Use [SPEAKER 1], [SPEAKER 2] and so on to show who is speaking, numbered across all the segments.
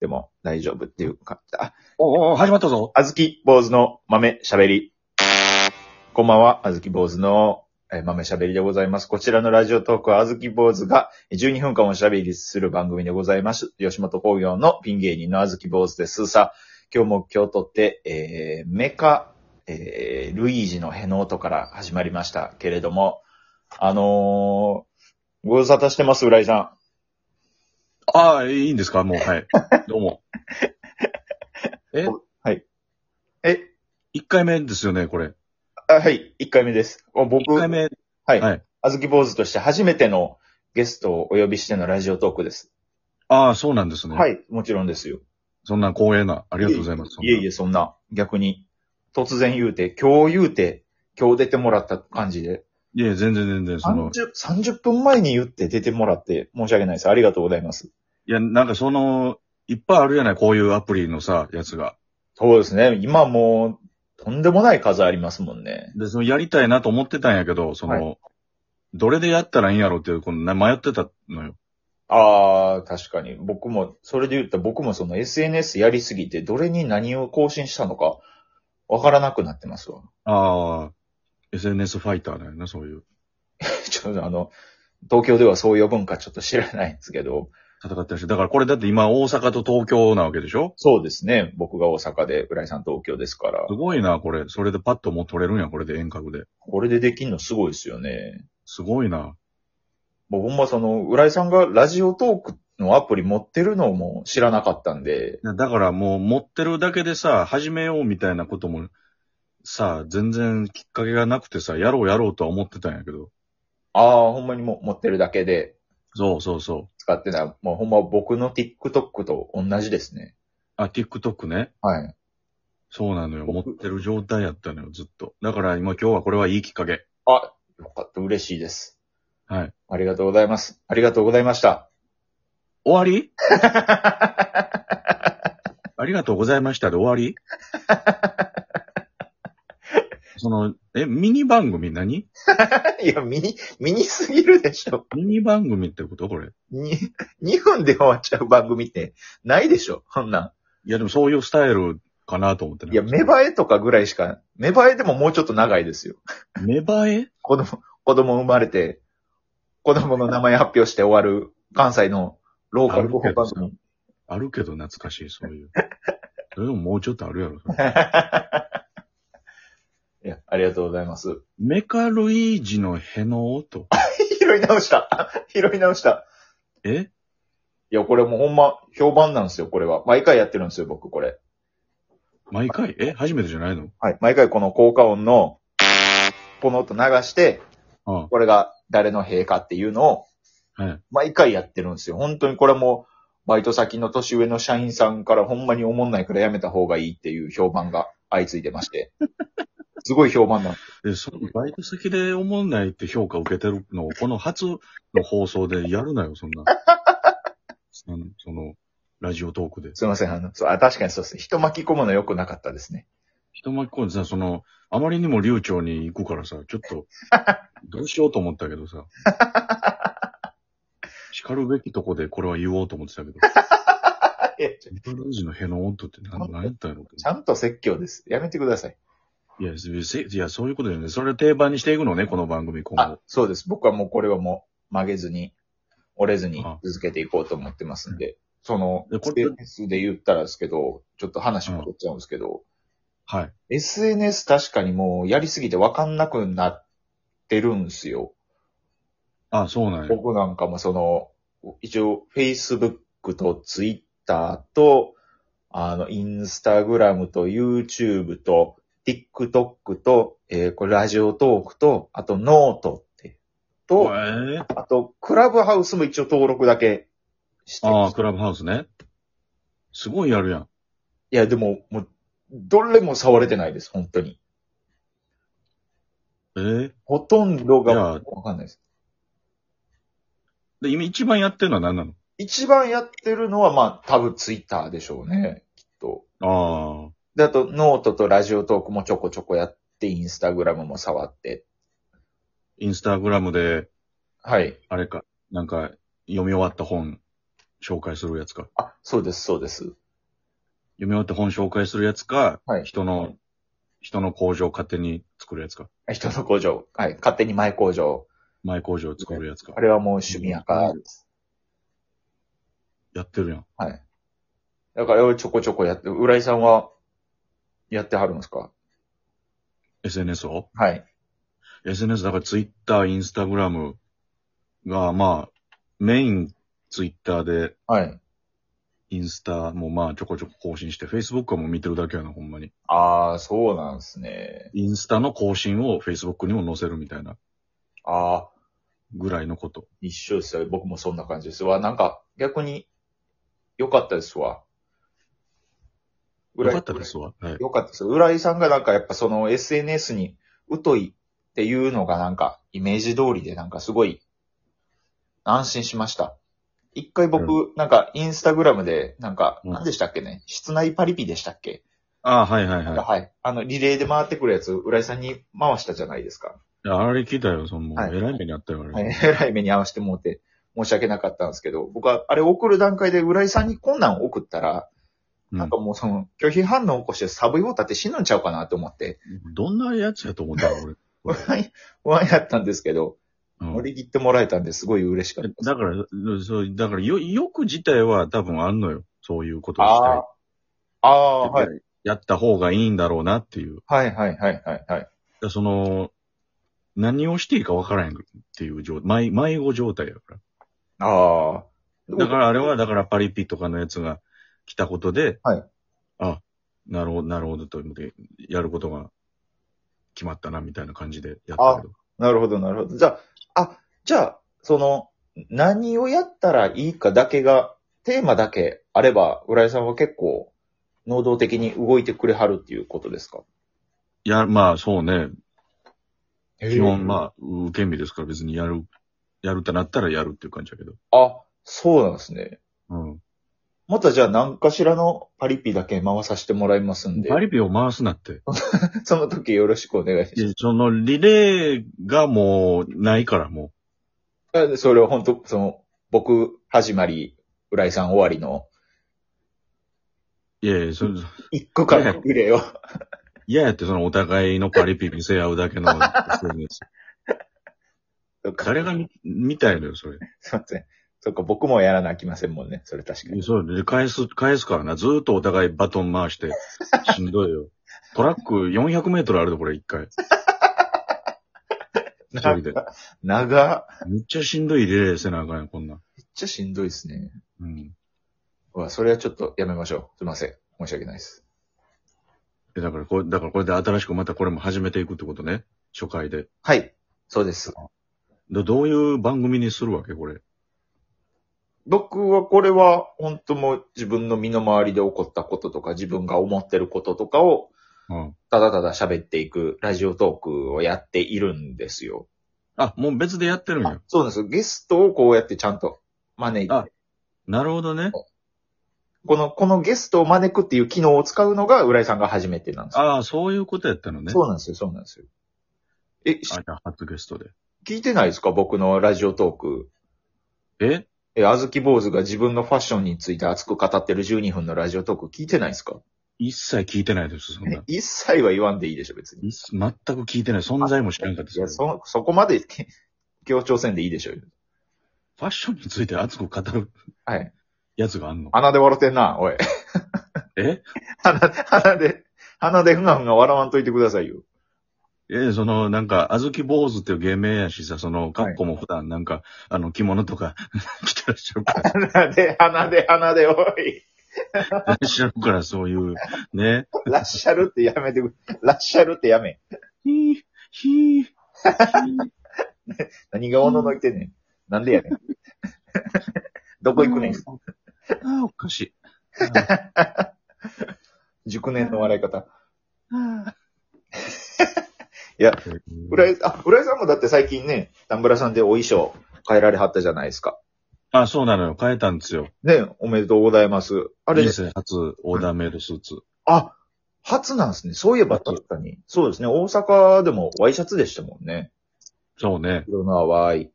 [SPEAKER 1] でも大丈夫っていうか、あ、
[SPEAKER 2] おうおう始まったぞ。
[SPEAKER 1] あずき坊主の豆喋り。こんばんは、あずき坊主のえー豆喋りでございます。こちらのラジオトークはあずき坊主が12分間おしゃべりする番組でございます。吉本興業のピン芸人のあずき坊主です。さあ、今日も今日とって、えー、メカ、えー、ルイージのヘノートから始まりましたけれども、あのー、ご無沙汰してます、浦井さん。
[SPEAKER 2] ああ、いいんですかも う、はい。どうも。え
[SPEAKER 1] え、
[SPEAKER 2] 一回目ですよね、これ。
[SPEAKER 1] あはい、1回目です。お僕、
[SPEAKER 2] 一回目。
[SPEAKER 1] はい。
[SPEAKER 2] はい
[SPEAKER 1] あずき坊主として初めてのゲストをお呼びしてのラジオトークです。
[SPEAKER 2] ああ、そうなんですね。。
[SPEAKER 1] はいい、もちろんですよ。
[SPEAKER 2] そんな光栄な、ありがとうございます。
[SPEAKER 1] いえいえ、そんな、逆に、突然言うて、今日言うて、今日出てもらった感じで、
[SPEAKER 2] いえ、全然全然、その、
[SPEAKER 1] 30, 30分前に言って出てもらって、申し訳ないです。ありがとうございます。
[SPEAKER 2] いや、なんかその、いっぱいあるじゃない、こういうアプリのさ、やつが。
[SPEAKER 1] そうですね、今もう、とんでもない数ありますもんね。
[SPEAKER 2] で、その、やりたいなと思ってたんやけど、その、どれでやったらいいんやろうっていう、この、迷ってたのよ。
[SPEAKER 1] ああ、確かに。僕も、それで言ったら僕もその SNS やりすぎて、どれに何を更新したのか、わからなくなってますわ。
[SPEAKER 2] ああ、SNS ファイターだよね、そういう。
[SPEAKER 1] ちょっとあの、東京ではそう呼ぶんかちょっと知らないんですけど、
[SPEAKER 2] 戦ってるし。だからこれだって今、大阪と東京なわけでしょ
[SPEAKER 1] そうですね。僕が大阪で、浦井さん東京ですから
[SPEAKER 2] す、ごいな、これ。それでパッともう取れるんや、これで遠隔で。
[SPEAKER 1] これでできんのすごいですよね。
[SPEAKER 2] すごいな。
[SPEAKER 1] もうほんまその、浦井さんがラジオトークのアプリ持ってるのも知らなかったんで、
[SPEAKER 2] だからもう持ってるだけでさ、始めようみたいなことも、さ、全然きっかけがなくてさ、やろうやろうとは思ってたんやけど。
[SPEAKER 1] ああ、ほんまにもう持ってるだけで
[SPEAKER 2] そうそうそう。
[SPEAKER 1] 使ってない。もうほんま僕の TikTok と同じですね。
[SPEAKER 2] あ、TikTok ね。
[SPEAKER 1] はい。
[SPEAKER 2] そうなのよ。持っ
[SPEAKER 1] 僕
[SPEAKER 2] てる状態やったのよ、ずっと。だから今今日はこれはいいきっかけ。
[SPEAKER 1] あ、よかった。嬉しいです。
[SPEAKER 2] はい。
[SPEAKER 1] ありがとうございます。ありがとうございました。
[SPEAKER 2] 終わりありがとうございましたで終わりその、え、ミニ番組何
[SPEAKER 1] いや、ミニ、ミニすぎるでしょ。
[SPEAKER 2] ミニ番組ってことこれ。
[SPEAKER 1] に、2分 で終わっちゃう番組ってないでしょそんなん。
[SPEAKER 2] いやでもそういうスタイルかなと思ってね
[SPEAKER 1] いや、芽生えとかぐらいしか、芽生えでももうちょっと長いですよ。
[SPEAKER 2] 芽生え
[SPEAKER 1] 子供、子供生まれて、子供の名前発表して終わる関西のローカルご飯番組。
[SPEAKER 2] あるけど懐かしい、そう いう。それでももうちょっとあるやろ。それ
[SPEAKER 1] いや、ありがとうございます。
[SPEAKER 2] メカルイージのへの音。
[SPEAKER 1] 拾い直した。 拾い直した。
[SPEAKER 2] え
[SPEAKER 1] いや、これもうほんま評判なんですよ、これは。毎回やってるんですよ、僕、これ。
[SPEAKER 2] 毎回え初めてじゃないの
[SPEAKER 1] はい。毎回この効果音の、この音流して、
[SPEAKER 2] あ
[SPEAKER 1] これが誰の兵かっていうのを、
[SPEAKER 2] あはい。
[SPEAKER 1] 毎回やってるんですよ。本当にこれも、バイト先の年上の社員さんからほんまに思んないからやめた方がいいっていう評判が相次いでま して。すごい評判なんです。
[SPEAKER 2] で、そのバイト先で思んないって評価受けてるのを、この初の放送でやるなよ、そんな。 その、そのラジオトークで。
[SPEAKER 1] すいません。あの、そう、あ、確かにそうですね。人巻き込むの良くなかったですね。
[SPEAKER 2] 人巻き込んでさ、その、あまりにも流暢に行くからさ、ちょっと、どうしようと思ったけどさ。叱るべきとこでこれは言おうと思ってたけど。
[SPEAKER 1] あいやちょ
[SPEAKER 2] ブルージのヘの音って何何やったんやろ
[SPEAKER 1] ちゃんと説教です。やめてください。
[SPEAKER 2] いや、せせいや、そういうことだよね。それを定番にしていくのね、この番組今
[SPEAKER 1] あ
[SPEAKER 2] 後。、
[SPEAKER 1] そうです。僕はもうこれはもう曲げずに、折れずに
[SPEAKER 2] あ
[SPEAKER 1] 続けていこうと思ってますんで。その、
[SPEAKER 2] でこ
[SPEAKER 1] ス
[SPEAKER 2] れ
[SPEAKER 1] ペースで言ったらですけど、ちょっと話戻っちゃうんですけど、
[SPEAKER 2] はい。
[SPEAKER 1] SNS 確かにもうやりすぎてわかんなくなってるんですよ。
[SPEAKER 2] あ、そうなんや。
[SPEAKER 1] 僕なんかもその、一応 Facebook と Twitter と、あの、Instagram と YouTube と TikTok と、えーこれラジオトークと、あとノートって、
[SPEAKER 2] え
[SPEAKER 1] と、
[SPEAKER 2] ー、
[SPEAKER 1] あとクラブハウスも一応登録だけして
[SPEAKER 2] ああ、クラブハウスね。すごいやるやん。
[SPEAKER 1] いや、でも、もう、どれも触れてないです、本当に。
[SPEAKER 2] ええ
[SPEAKER 1] ほとんど
[SPEAKER 2] い
[SPEAKER 1] が
[SPEAKER 2] や
[SPEAKER 1] わかんないです。
[SPEAKER 2] で、今一番やってるのは何なの
[SPEAKER 1] 一番やってるのは、まあ、多分ツイッターでしょうね、きっと。
[SPEAKER 2] ああ、
[SPEAKER 1] で、あと、ノートとラジオトークもちょこちょこやって、インスタグラムも触って。
[SPEAKER 2] インスタグラムで、
[SPEAKER 1] はい。
[SPEAKER 2] あれか、なんか、読み終わった本、紹介するやつか。
[SPEAKER 1] あ、そうです、そうです。
[SPEAKER 2] 読み終わって本紹介するやつか、
[SPEAKER 1] はい
[SPEAKER 2] 人の、人の工場勝手に作るやつか。
[SPEAKER 1] 人の工場。はい。勝手に前工場。
[SPEAKER 2] 前工場作るやつか
[SPEAKER 1] あ。れはもう趣味やからです。
[SPEAKER 2] やってるやん。
[SPEAKER 1] はい。だから、ちょこちょこやって、浦井さんは、やってはるんですか
[SPEAKER 2] SNS を
[SPEAKER 1] はい。
[SPEAKER 2] ?SNS だから Twitter、Instagram が、まあ、メイン Twitter で、
[SPEAKER 1] はい。
[SPEAKER 2] インスタもまあちょこちょこ更新して、Facebook はもう見てるだけやな、ほんまに。
[SPEAKER 1] ああ、そうなんですね。
[SPEAKER 2] インスタの更新を Facebook にも載せるみたいな
[SPEAKER 1] ああ、
[SPEAKER 2] ぐらいのこと。
[SPEAKER 1] 一緒ですよ。僕もそんな感じですわ。なんか、逆に、良かったですわ。
[SPEAKER 2] よかったですわ。はい。
[SPEAKER 1] よかったです。浦井さんがなんかやっぱその SNS に疎いっていうのがなんかイメージ通りでなんかすごい安心しました。一回僕、なんかインスタグラムでなんか
[SPEAKER 2] うん
[SPEAKER 1] 何でしたっけね、室内パリピでしたっけ、
[SPEAKER 2] ああ、はいはい
[SPEAKER 1] なん
[SPEAKER 2] は
[SPEAKER 1] か
[SPEAKER 2] い。
[SPEAKER 1] はい。あのリレーで回ってくるやつ浦井さんに回したじゃないですか。
[SPEAKER 2] いやあれ聞いたよ、その、もう
[SPEAKER 1] はい
[SPEAKER 2] 偉い目にあったよ、あれ。
[SPEAKER 1] はい。えらい目に合わせてもうて申し訳なかったんですけど、僕はあれ送る段階で浦井さんにこんなん送ったら、
[SPEAKER 2] うん
[SPEAKER 1] なんかもうその拒否反応起こしてサブ用立って死ぬんちゃうかなと思って、
[SPEAKER 2] どんなやつやと思ったの、俺。
[SPEAKER 1] 不安、不安やったんですけど、
[SPEAKER 2] うん
[SPEAKER 1] 乗り切ってもらえたんですごい嬉しかったです。
[SPEAKER 2] だから、そう、だから、よ、よく自体は多分あんのよ。そういうことをした
[SPEAKER 1] あ
[SPEAKER 2] い。
[SPEAKER 1] あ、ああ、はい。
[SPEAKER 2] やった方がいいんだろうなっていう。だか
[SPEAKER 1] はいはいはいはいはい。
[SPEAKER 2] らその、何をしていいかわからへんっていう状態、迷、迷子状態やか
[SPEAKER 1] ああ。
[SPEAKER 2] ら。だからあれは、だからパリピとかのやつが来たことで、
[SPEAKER 1] はい
[SPEAKER 2] あ、なるほど、なるほどと思って、やることが決まったな、みたいな感じでやったけど。
[SPEAKER 1] なるほどなるほど。じゃあ、あ、じゃあ、その、何をやったらいいかだけが、テーマだけあれば、浦井さんは結構、能動的に動いてくれはるっていうことですか
[SPEAKER 2] いや、まあそうね。基本、
[SPEAKER 1] あ。
[SPEAKER 2] まあ、受け身ですから別にやる、やるってなったらやるっていう感じだけど。
[SPEAKER 1] あ、そうなんですね。
[SPEAKER 2] うん。
[SPEAKER 1] またじゃあ何かしらのパリピだけ回させてもらいますんで
[SPEAKER 2] パ、リピを回すなって。
[SPEAKER 1] その時よろしくお願いし
[SPEAKER 2] い
[SPEAKER 1] ま
[SPEAKER 2] やそのリレーがもうないからも
[SPEAKER 1] す。それを本当その、僕始まり、浦井さん終わりの、
[SPEAKER 2] う。いやいや、その、
[SPEAKER 1] 一個からリレーを。
[SPEAKER 2] 嫌やってそのお互いのパリピ見せ合うだけの SNS。誰 が見見たいのよ、それ。
[SPEAKER 1] すいません。そっか、僕もやらなあきませんもんね。それ確かに。
[SPEAKER 2] そう、で返す、返すからな。ずーっとお互いバトン回して、しんどいよ。 トラック400メートルあるで、これ、一 回。一人で。
[SPEAKER 1] 長っ。
[SPEAKER 2] めっちゃしんどいリレーせなあかんよ、こんなん。
[SPEAKER 1] めっちゃしんどいですね。
[SPEAKER 2] うん。
[SPEAKER 1] うわ、それはちょっとやめましょう。すいません。申し訳ないです。
[SPEAKER 2] えだからこれ、だからこれで新しくまたこれも始めていくってことね。初回で。
[SPEAKER 1] はい。そうです。
[SPEAKER 2] どどういう番組にするわけ、これ。
[SPEAKER 1] 僕はこれは、本当もう自分の身の回りで起こったこととか、自分が思ってることとかを、
[SPEAKER 2] うん。
[SPEAKER 1] ただただ喋っていく、ラジオトークをやっているんですよ。
[SPEAKER 2] あ、もう別でやってるんや。
[SPEAKER 1] そうなんです。ゲストをこうやってちゃんと招いて、
[SPEAKER 2] あなるほどね。
[SPEAKER 1] この、このゲストを招くっていう機能を使うのが、浦井さんが初めてなんですよ
[SPEAKER 2] ああ、そういうことやったのね。
[SPEAKER 1] そう
[SPEAKER 2] う。
[SPEAKER 1] なんですよ、そうなんですよ。え、し
[SPEAKER 2] あ、じゃあ、初ゲストで。
[SPEAKER 1] 聞いてないですか僕のラジオトーク。
[SPEAKER 2] え
[SPEAKER 1] え、あずき坊主が自分のファッションについて熱く語ってる12分のラジオトーク聞いてないですか
[SPEAKER 2] 一切聞いてないです、そんな。
[SPEAKER 1] 一切は言わんでいいでしょ、別に。
[SPEAKER 2] 一切全く聞いてない。存在も知らんかった
[SPEAKER 1] いや、
[SPEAKER 2] です。フ
[SPEAKER 1] そ、そこまで協調せんでいいでしょ。
[SPEAKER 2] ァッションについて熱く語る
[SPEAKER 1] はい。
[SPEAKER 2] やつがあんの。
[SPEAKER 1] 鼻で笑ってんな、おい。
[SPEAKER 2] え
[SPEAKER 1] 鼻、鼻で、鼻でふがふが笑わんといてくださいよ。
[SPEAKER 2] え、その、なんか、あずき坊主っていう芸名やしさ、その、カッコも普段、なんか、あの、着物とか、 着てらっしゃるか
[SPEAKER 1] 鼻で、鼻で、鼻で、おい。
[SPEAKER 2] ら、 いらっしゃるから、そういう、ね。
[SPEAKER 1] らっしゃるってやめてく、らっしゃるってやめ。
[SPEAKER 2] ひー、ひー、ひー
[SPEAKER 1] 何がおののいてんねん。なんでやねん。どこ行くねん。
[SPEAKER 2] ああ、おかし い。
[SPEAKER 1] 熟年の笑い方。
[SPEAKER 2] ああ
[SPEAKER 1] いや、浦
[SPEAKER 2] い。
[SPEAKER 1] 井、あ、浦井さんもだって最近ね、田村さんでお衣装変えられはったじゃないですか。
[SPEAKER 2] あ、そうなのよ。変えたんですよ。
[SPEAKER 1] ね、おめでとうございます。あれ
[SPEAKER 2] 人、生初オーダーメイドスーツ。
[SPEAKER 1] あ、初なんですね。そういえば確かに。そうですね。大阪でもワイシャツでしたもんね。
[SPEAKER 2] そうね。
[SPEAKER 1] 色の淡い。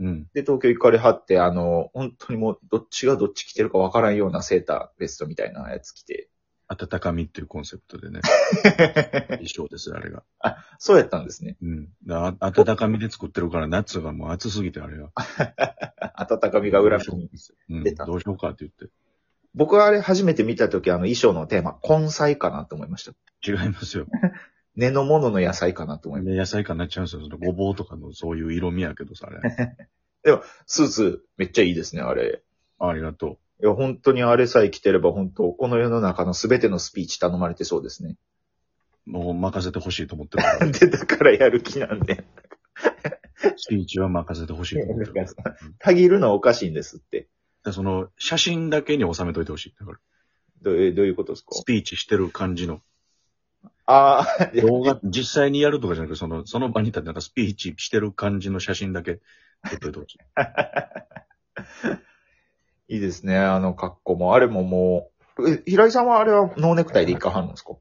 [SPEAKER 2] うん。
[SPEAKER 1] で、東京行かれはって、あの、本当にもう、どっちがどっち着てるかわからんようなセーター、ベストみたいなやつ着て。
[SPEAKER 2] 温かみっていうコンセプ トでね。衣装です、あれが。
[SPEAKER 1] そうやったんですね。
[SPEAKER 2] うん。だあ温かみで作ってるから、夏がもう暑すぎて、あれが。
[SPEAKER 1] 温かみが裏目に。
[SPEAKER 2] うん。
[SPEAKER 1] 出た
[SPEAKER 2] どうしようかって言って。
[SPEAKER 1] 僕はあれ初めて見たとき、あの衣装のテーマ、根菜かなと思いました。
[SPEAKER 2] 違いますよ。
[SPEAKER 1] 根の物の野菜かなと思いまし
[SPEAKER 2] ね野菜感になっちゃうんですよ。そのごぼうとかのそういう色味やけどさ、あ れ。
[SPEAKER 1] た。スーツ、めっちゃいいですね、あれ。
[SPEAKER 2] ありがと
[SPEAKER 1] いや、本当にあれさえ着てれば、本当この世の中のすべてのスピーチ頼まれてそうですね。
[SPEAKER 2] う。もう任せてほしいと思ってるから。
[SPEAKER 1] で、だからやる気なんで。
[SPEAKER 2] スピーチは任せてほしいと思ってるから。うん
[SPEAKER 1] たぎるのはおかしいんですって。
[SPEAKER 2] でその、写真だけに収めといてほしい。だから、
[SPEAKER 1] どうえどういうことですか
[SPEAKER 2] スピーチしてる感じの。
[SPEAKER 1] ああ、いや
[SPEAKER 2] 動画、実際にやるとかじゃなくて、その、その場に立ってなんかスピーチしてる感じの写真だけ撮っといてほしい。
[SPEAKER 1] いいですね、あの格好も。あれももう、え平井さんはあれはノーネクタイでいかはるんですか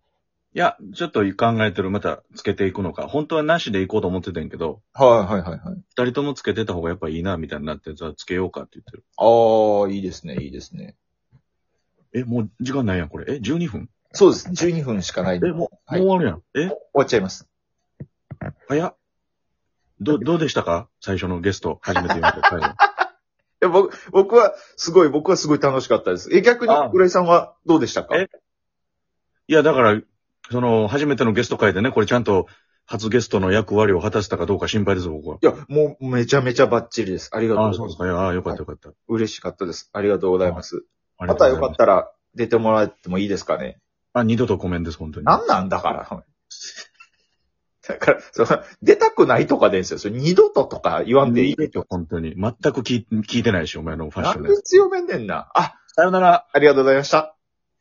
[SPEAKER 2] いや、ちょっと考えてる。また、つけていくのか。本当はなしでいこうと思ってたんやけど、
[SPEAKER 1] はいはいはいはい。
[SPEAKER 2] 二人ともつけてた方がやっぱいいな、みたいになって、じゃあつけようかって言ってる。
[SPEAKER 1] ああ、いいですね、いいですね。
[SPEAKER 2] え、もう時間ないやん、これ。え、12分
[SPEAKER 1] そうです。12分しかないん
[SPEAKER 2] え、
[SPEAKER 1] で。
[SPEAKER 2] もう、
[SPEAKER 1] はい
[SPEAKER 2] もう終わるやん。え
[SPEAKER 1] 終、わっちゃいます。
[SPEAKER 2] 早っ。ど、どうでしたか最初のゲスト、初めて言われたはい
[SPEAKER 1] いや僕、僕は、すごい、僕はすごい楽しかったです。え、逆に
[SPEAKER 2] あ、
[SPEAKER 1] 浦井さんはどうでしたか
[SPEAKER 2] えいや、だから、その、初めてのゲスト会でね、これちゃんと、初ゲストの役割を果たせたかどうか心配です、僕は。
[SPEAKER 1] いや、もうめちゃめちゃバッチリです。ありがとう
[SPEAKER 2] ああ、
[SPEAKER 1] ござ
[SPEAKER 2] そ
[SPEAKER 1] いうま。
[SPEAKER 2] ですすか。いやああ、よかったよかった。
[SPEAKER 1] 嬉しかったです。ありがとうございます。
[SPEAKER 2] あり
[SPEAKER 1] ま
[SPEAKER 2] がと
[SPEAKER 1] た
[SPEAKER 2] うご
[SPEAKER 1] よ
[SPEAKER 2] ざい
[SPEAKER 1] か
[SPEAKER 2] ま
[SPEAKER 1] っ
[SPEAKER 2] す。
[SPEAKER 1] たら出てもらってもいいですかね。
[SPEAKER 2] あ、二度とごめんです、本当に。
[SPEAKER 1] なんなんだから。だから、その、出たくないとかですよ。それ二度ととか言わんでいい。
[SPEAKER 2] 二度と本当に。全く聞い聞いてないし、お前のファッ
[SPEAKER 1] な
[SPEAKER 2] ショ
[SPEAKER 1] ん
[SPEAKER 2] ン
[SPEAKER 1] で
[SPEAKER 2] のやつ
[SPEAKER 1] 強めんねんな。あ、
[SPEAKER 2] さよなら。
[SPEAKER 1] ありがとうございました。